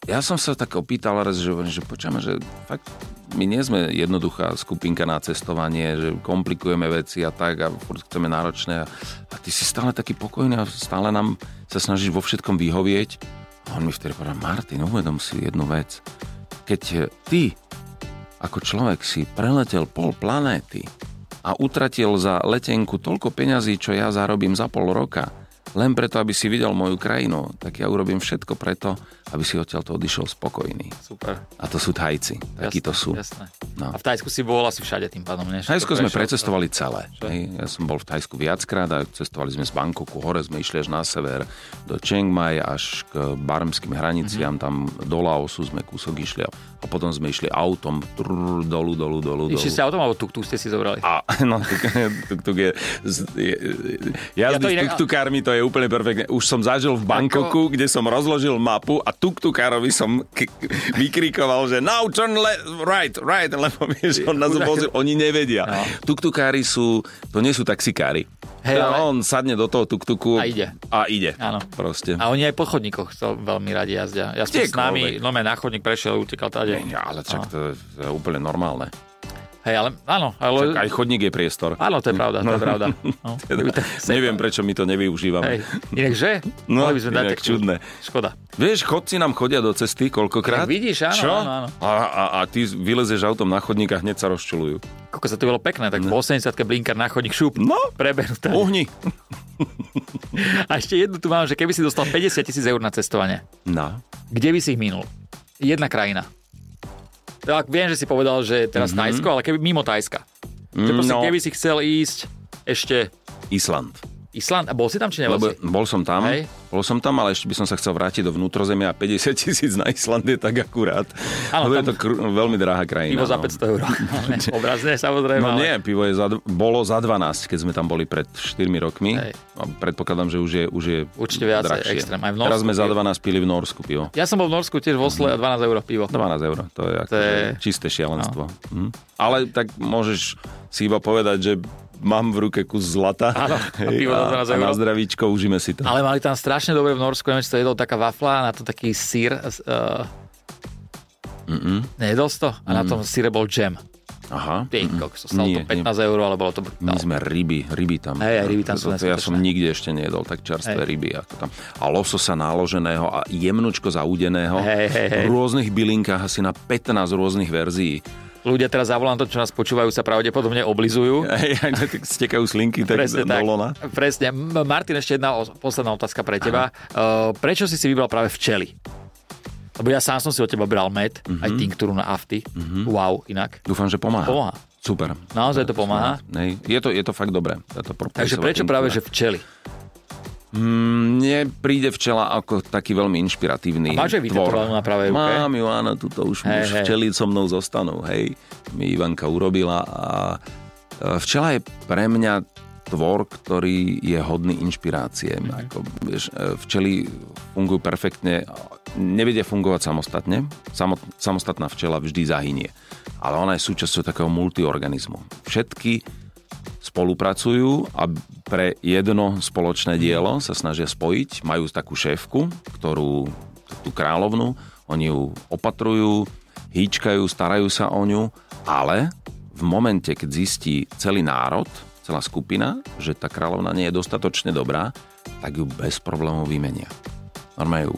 [SPEAKER 1] ja som sa tak opýtal raz, že, hovorím, že počujeme, že fakt my nie sme jednoduchá skupinka na cestovanie, že komplikujeme veci a tak a furt chceme náročné. A, a ty si stále taký pokojný a stále nám sa snažíš vo všetkom vyhovieť. A on mi vtedy povedal, Martin, uvedom si jednu vec. Keď e, ty ako človek si preletel pol planéty a utratil za letenku toľko peňazí, čo ja zarobím za pol roka, len preto, aby si videl moju krajinu, tak ja urobím všetko preto, aby si odtiaľto odišiel spokojný.
[SPEAKER 2] Super.
[SPEAKER 1] A to sú Thajci, takí to sú.
[SPEAKER 2] Jasné.
[SPEAKER 1] No.
[SPEAKER 2] A v Tajsku si bol asi všade tým pádom, nie? Že
[SPEAKER 1] Thajsko
[SPEAKER 2] to
[SPEAKER 1] sme
[SPEAKER 2] prešiel.
[SPEAKER 1] precestovali celé. Hej. Ja som bol v Thajsku viackrát a cestovali sme z Bangkoku hore, sme išli až na sever do Chiang Mai až k barmským hraniciam, tam do Laosu sme kúsok išli a, a potom sme išli autom trrr, dolu, dolu, dolu, dolu.
[SPEAKER 2] Išli ste autom, alebo tuk, tuk ste si zobrali?
[SPEAKER 1] A no, tuk, tuk, tuk je, z- je,
[SPEAKER 2] Ja to
[SPEAKER 1] jazdy
[SPEAKER 2] inak-
[SPEAKER 1] s tuktukármi to je úplne perfektné. Už som zažil v Bangkoku, kde som rozložil mapu a tuktukárovi som k- vykrikoval, že now turn le- right, right, lebo vieš, on nás vozil, oni nevedia.
[SPEAKER 2] No.
[SPEAKER 1] Tuktukári sú, to nie sú taxikári.
[SPEAKER 2] Hej,
[SPEAKER 1] Hey,
[SPEAKER 2] ale-
[SPEAKER 1] On sadne do toho tuktuku
[SPEAKER 2] A ide.
[SPEAKER 1] A ide.
[SPEAKER 2] Áno.
[SPEAKER 1] Proste.
[SPEAKER 2] A oni aj po chodníkoch to veľmi radi jazdia. Ja som s
[SPEAKER 1] Kdekoľvek.
[SPEAKER 2] nami, no na chodník prešiel, utekal tade.
[SPEAKER 1] Ja, ale
[SPEAKER 2] No.
[SPEAKER 1] čak to je úplne normálne.
[SPEAKER 2] Hej, ale áno,
[SPEAKER 1] Čak
[SPEAKER 2] ale...
[SPEAKER 1] aj chodník je priestor.
[SPEAKER 2] Áno, to je pravda, to je pravda. No.
[SPEAKER 1] Neviem, prečo my to nevyužívame.
[SPEAKER 2] Hej, inak že?
[SPEAKER 1] No,
[SPEAKER 2] Mohli by sme dať
[SPEAKER 1] inak
[SPEAKER 2] takú-
[SPEAKER 1] čudné.
[SPEAKER 2] Škoda.
[SPEAKER 1] Vieš, chodci nám chodia do cesty koľkokrát.
[SPEAKER 2] Tak vidíš, áno,
[SPEAKER 1] Čo?
[SPEAKER 2] áno, áno.
[SPEAKER 1] A, a, a ty vylezeš autom na chodník a hneď sa rozčulujú.
[SPEAKER 2] Koľko sa to bolo pekné, tak po 80-ke blinkar na chodník šup.
[SPEAKER 1] No.
[SPEAKER 2] Preberú tam.
[SPEAKER 1] Uhni.
[SPEAKER 2] A ešte jednu tu mám, že keby si dostal 50 tisíc eur na cestovanie,
[SPEAKER 1] No.
[SPEAKER 2] kde by si ich minul? Jedna krajina. Tak viem, že si povedal, že teraz mm-hmm. Tajsko, ale keby mimo Tajska. Že proste,
[SPEAKER 1] Mhm. No.
[SPEAKER 2] keby si chcel ísť ešte
[SPEAKER 1] Island.
[SPEAKER 2] Island, a bol si tam či nebol
[SPEAKER 1] Lebo
[SPEAKER 2] si?
[SPEAKER 1] bol som tam,
[SPEAKER 2] Hej.
[SPEAKER 1] bol som tam, ale ešte by som sa chcel vrátiť do vnútrozemia a 50 tisíc na Island je tak akurát.
[SPEAKER 2] Áno,
[SPEAKER 1] Lebo je
[SPEAKER 2] tam-
[SPEAKER 1] to kr- veľmi drahá krajina.
[SPEAKER 2] Pivo za
[SPEAKER 1] no.
[SPEAKER 2] 500 eur. Ale Obrazne, samozrejme.
[SPEAKER 1] No
[SPEAKER 2] ale-
[SPEAKER 1] nie, pivo je za, dv- bolo za 12, keď sme tam boli pred 4 rokmi.
[SPEAKER 2] Hej.
[SPEAKER 1] A predpokladám, že už je, už je
[SPEAKER 2] Určite viacej,
[SPEAKER 1] drahšie.
[SPEAKER 2] extrém. Aj v Norsku
[SPEAKER 1] Teraz sme za
[SPEAKER 2] pivo.
[SPEAKER 1] 12 pili v Norsku pivo.
[SPEAKER 2] Ja som bol v Norsku tiež v Osle a 12 eur pivo.
[SPEAKER 1] 12 eur, to je, ako,
[SPEAKER 2] je-
[SPEAKER 1] čisté šialenstvo. No. Ale tak môžeš si iba povedať, že mám v ruke kus zlata
[SPEAKER 2] Áno, a
[SPEAKER 1] Hej,
[SPEAKER 2] pivo za
[SPEAKER 1] a
[SPEAKER 2] 12 eur.
[SPEAKER 1] na zdravíčko užíme si to.
[SPEAKER 2] Ale mali tam strašne dobre v Norsku, neviem, či to jedol taká wafla a na to taký sír. Uh, nejedol si to? A na tom síre bol džem.
[SPEAKER 1] Aha.
[SPEAKER 2] Ty
[SPEAKER 1] Mm.
[SPEAKER 2] kokos, stalo to
[SPEAKER 1] Nie,
[SPEAKER 2] 15 eur, ale bolo to
[SPEAKER 1] My
[SPEAKER 2] brutálne.
[SPEAKER 1] sme ryby, ryby tam.
[SPEAKER 2] Hej, aj ryby tam sú
[SPEAKER 1] to, to ja som
[SPEAKER 2] neskutočné.
[SPEAKER 1] nikde ešte nejedol tak čerstvé
[SPEAKER 2] Hej.
[SPEAKER 1] ryby ako tam. A lososa náloženého a jemnučko zaudeného.
[SPEAKER 2] Hej, hej, hej.
[SPEAKER 1] V rôznych bylinkách asi na 15 rôznych verzií.
[SPEAKER 2] Ľudia teraz za volantom, čo nás počúvajú, sa pravdepodobne oblizujú.
[SPEAKER 1] Hej, tak stekajú slinky tak
[SPEAKER 2] Presne
[SPEAKER 1] do
[SPEAKER 2] tak.
[SPEAKER 1] lona.
[SPEAKER 2] Presne. M- Martin, ešte jedna o- posledná otázka pre teba. Uh, prečo si si vybral práve včely? Lebo ja sám som si od teba bral med,
[SPEAKER 1] Mhm.
[SPEAKER 2] aj tinktúru na afty. Wow, inak.
[SPEAKER 1] Dúfam, že pomáha.
[SPEAKER 2] Pomáha.
[SPEAKER 1] Super.
[SPEAKER 2] Naozaj to pomáha.
[SPEAKER 1] Hej, Je to, je to fakt dobré. táto
[SPEAKER 2] Takže
[SPEAKER 1] proporcová
[SPEAKER 2] prečo
[SPEAKER 1] tinktúra.
[SPEAKER 2] práve, že včely?
[SPEAKER 1] Mm, Mne príde včela ako taký veľmi inšpiratívny
[SPEAKER 2] A máš aj vytetovanú
[SPEAKER 1] tvor.
[SPEAKER 2] na pravej ruke?
[SPEAKER 1] Mám ju, áno, tuto už,
[SPEAKER 2] Hej,
[SPEAKER 1] už
[SPEAKER 2] hej.
[SPEAKER 1] včely so mnou zostanú, hej. Mi Ivanka urobila a e, včela je pre mňa tvor, ktorý je hodný inšpirácie.
[SPEAKER 2] Mhm.
[SPEAKER 1] Ako, vieš, e, včely fungujú perfektne, nevedia fungovať samostatne. Samot, samostatná včela vždy zahynie. Ale ona je súčasťou takého multiorganizmu. Všetky spolupracujú a pre jedno spoločné dielo sa snažia spojiť. Majú takú šéfku, ktorú, tú kráľovnu, oni ju opatrujú, hýčkajú, starajú sa o ňu, ale v momente, keď zistí celý národ, celá skupina, že tá kráľovna nie je dostatočne dobrá, tak ju bez problémov vymenia. Normálne ju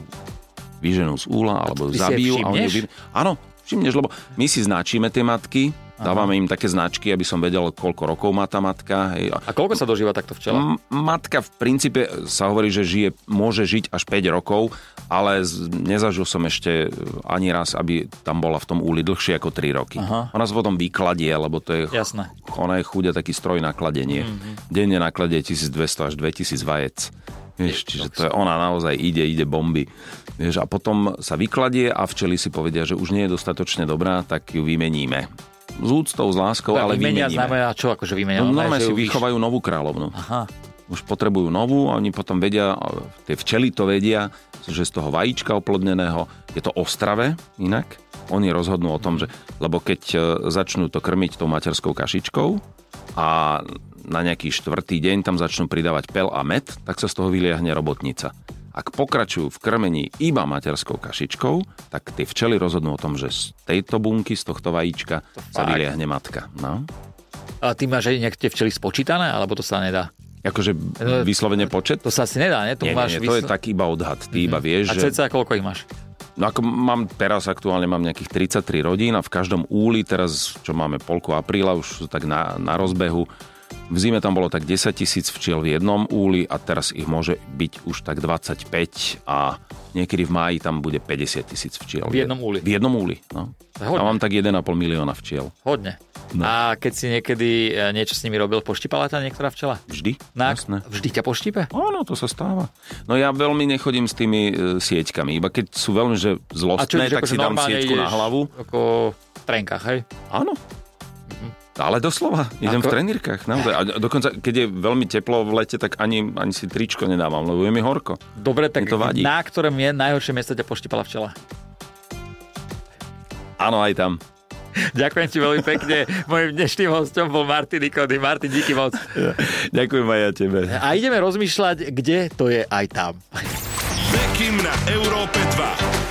[SPEAKER 1] vyženú z úla alebo
[SPEAKER 2] ty si
[SPEAKER 1] zabijú.
[SPEAKER 2] aj
[SPEAKER 1] a oni ju
[SPEAKER 2] všimneš?
[SPEAKER 1] vy- Áno, všimneš, lebo my si značíme tie matky, dávame im také značky, aby som vedel, koľko rokov má tá matka. Hej.
[SPEAKER 2] A koľko sa dožíva takto včela?
[SPEAKER 1] M- Matka v princípe sa hovorí, že žije, môže žiť až 5 rokov, ale z- nezažil som ešte ani raz, aby tam bola v tom úli dlhšie ako 3 roky.
[SPEAKER 2] Aha.
[SPEAKER 1] Ona sa potom vykladie, lebo to je...
[SPEAKER 2] Jasné.
[SPEAKER 1] Ona je chudia taký stroj na kladenie.
[SPEAKER 2] Mhm.
[SPEAKER 1] Mm-hmm. Denne nakladie 1200 až 2000 vajec. Vieš, čiže to je, ona naozaj ide, ide bomby. Vieš, a potom sa vykladie a včeli si povedia, že už nie je dostatočne dobrá, tak ju vymeníme. S úctou, s láskou, ale
[SPEAKER 2] vymenia
[SPEAKER 1] vymeníme.
[SPEAKER 2] znamená čo? Akože vymenia?
[SPEAKER 1] No, normálne
[SPEAKER 2] Normálne, že
[SPEAKER 1] si
[SPEAKER 2] ju vyš-
[SPEAKER 1] vychovajú novú kráľovnú.
[SPEAKER 2] Aha,
[SPEAKER 1] Už potrebujú novú a oni potom vedia, a tie včely to vedia, že z toho vajíčka oplodneného je to ostrave inak. Oni rozhodnú o tom, že, lebo keď e, začnú to krmiť tou materskou kašičkou a na nejaký štvrtý deň tam začnú pridávať pel a med, tak sa z toho vyliahne robotnica. Ak pokračujú v krmení iba materskou kašičkou, tak tie včely rozhodnú o tom, že z tejto bunky, z tohto vajíčka sa
[SPEAKER 2] fakt?
[SPEAKER 1] vyliahne matka. No.
[SPEAKER 2] a ty máš aj nejaké tie včely spočítané, alebo to sa nedá?
[SPEAKER 1] Akože
[SPEAKER 2] No,
[SPEAKER 1] vyslovene počet?
[SPEAKER 2] To sa asi nedá, ne? To
[SPEAKER 1] Nie, nie,
[SPEAKER 2] máš
[SPEAKER 1] nie, to je
[SPEAKER 2] vysl-
[SPEAKER 1] tak iba odhad. Ty iba vieš,
[SPEAKER 2] A
[SPEAKER 1] že...
[SPEAKER 2] ceca koľko ich máš?
[SPEAKER 1] No ako mám teraz aktuálne mám nejakých 33 rodín a v každom úli, teraz čo máme polku apríla, už sú tak na, na rozbehu, v zime tam bolo tak 10 tisíc včiel v jednom úli a teraz ich môže byť už tak 25 a niekedy v máji tam bude 50 tisíc včiel.
[SPEAKER 2] V jednom úli.
[SPEAKER 1] V jednom úli, no.
[SPEAKER 2] To je hodne.
[SPEAKER 1] Ja mám tak 1,5 milióna včiel.
[SPEAKER 2] Hodne.
[SPEAKER 1] No.
[SPEAKER 2] A keď si niekedy e, niečo s nimi robil, poštípala ťa niektorá včela?
[SPEAKER 1] Vždy?
[SPEAKER 2] Na,
[SPEAKER 1] Jasné.
[SPEAKER 2] vždy ťa poštípe?
[SPEAKER 1] Áno, to sa stáva. No ja veľmi nechodím s tými e, sieťkami, iba keď sú veľmi že zlostné, tak si dám
[SPEAKER 2] akože normálne
[SPEAKER 1] sieťku na
[SPEAKER 2] ideš
[SPEAKER 1] hlavu.
[SPEAKER 2] Ako v trenkách, hej?
[SPEAKER 1] Áno. Ale doslova, idem v
[SPEAKER 2] Ako?
[SPEAKER 1] trenírkach, naozaj. A dokonca, keď je veľmi teplo v lete, tak ani, ani si tričko nedávam, lebo je mi horko.
[SPEAKER 2] Dobre, tak
[SPEAKER 1] Mne to vadí.
[SPEAKER 2] na ktorom je najhoršie miesto ťa poštípala včela?
[SPEAKER 1] Áno, aj tam.
[SPEAKER 2] Ďakujem ti veľmi pekne. Mojím dnešným hostom bol Martin Ikody. Martin, díky moc.
[SPEAKER 1] Ďakujem aj ja tebe.
[SPEAKER 2] A ideme rozmýšľať, kde to je aj tam.
[SPEAKER 5] Bekim na Európe 2.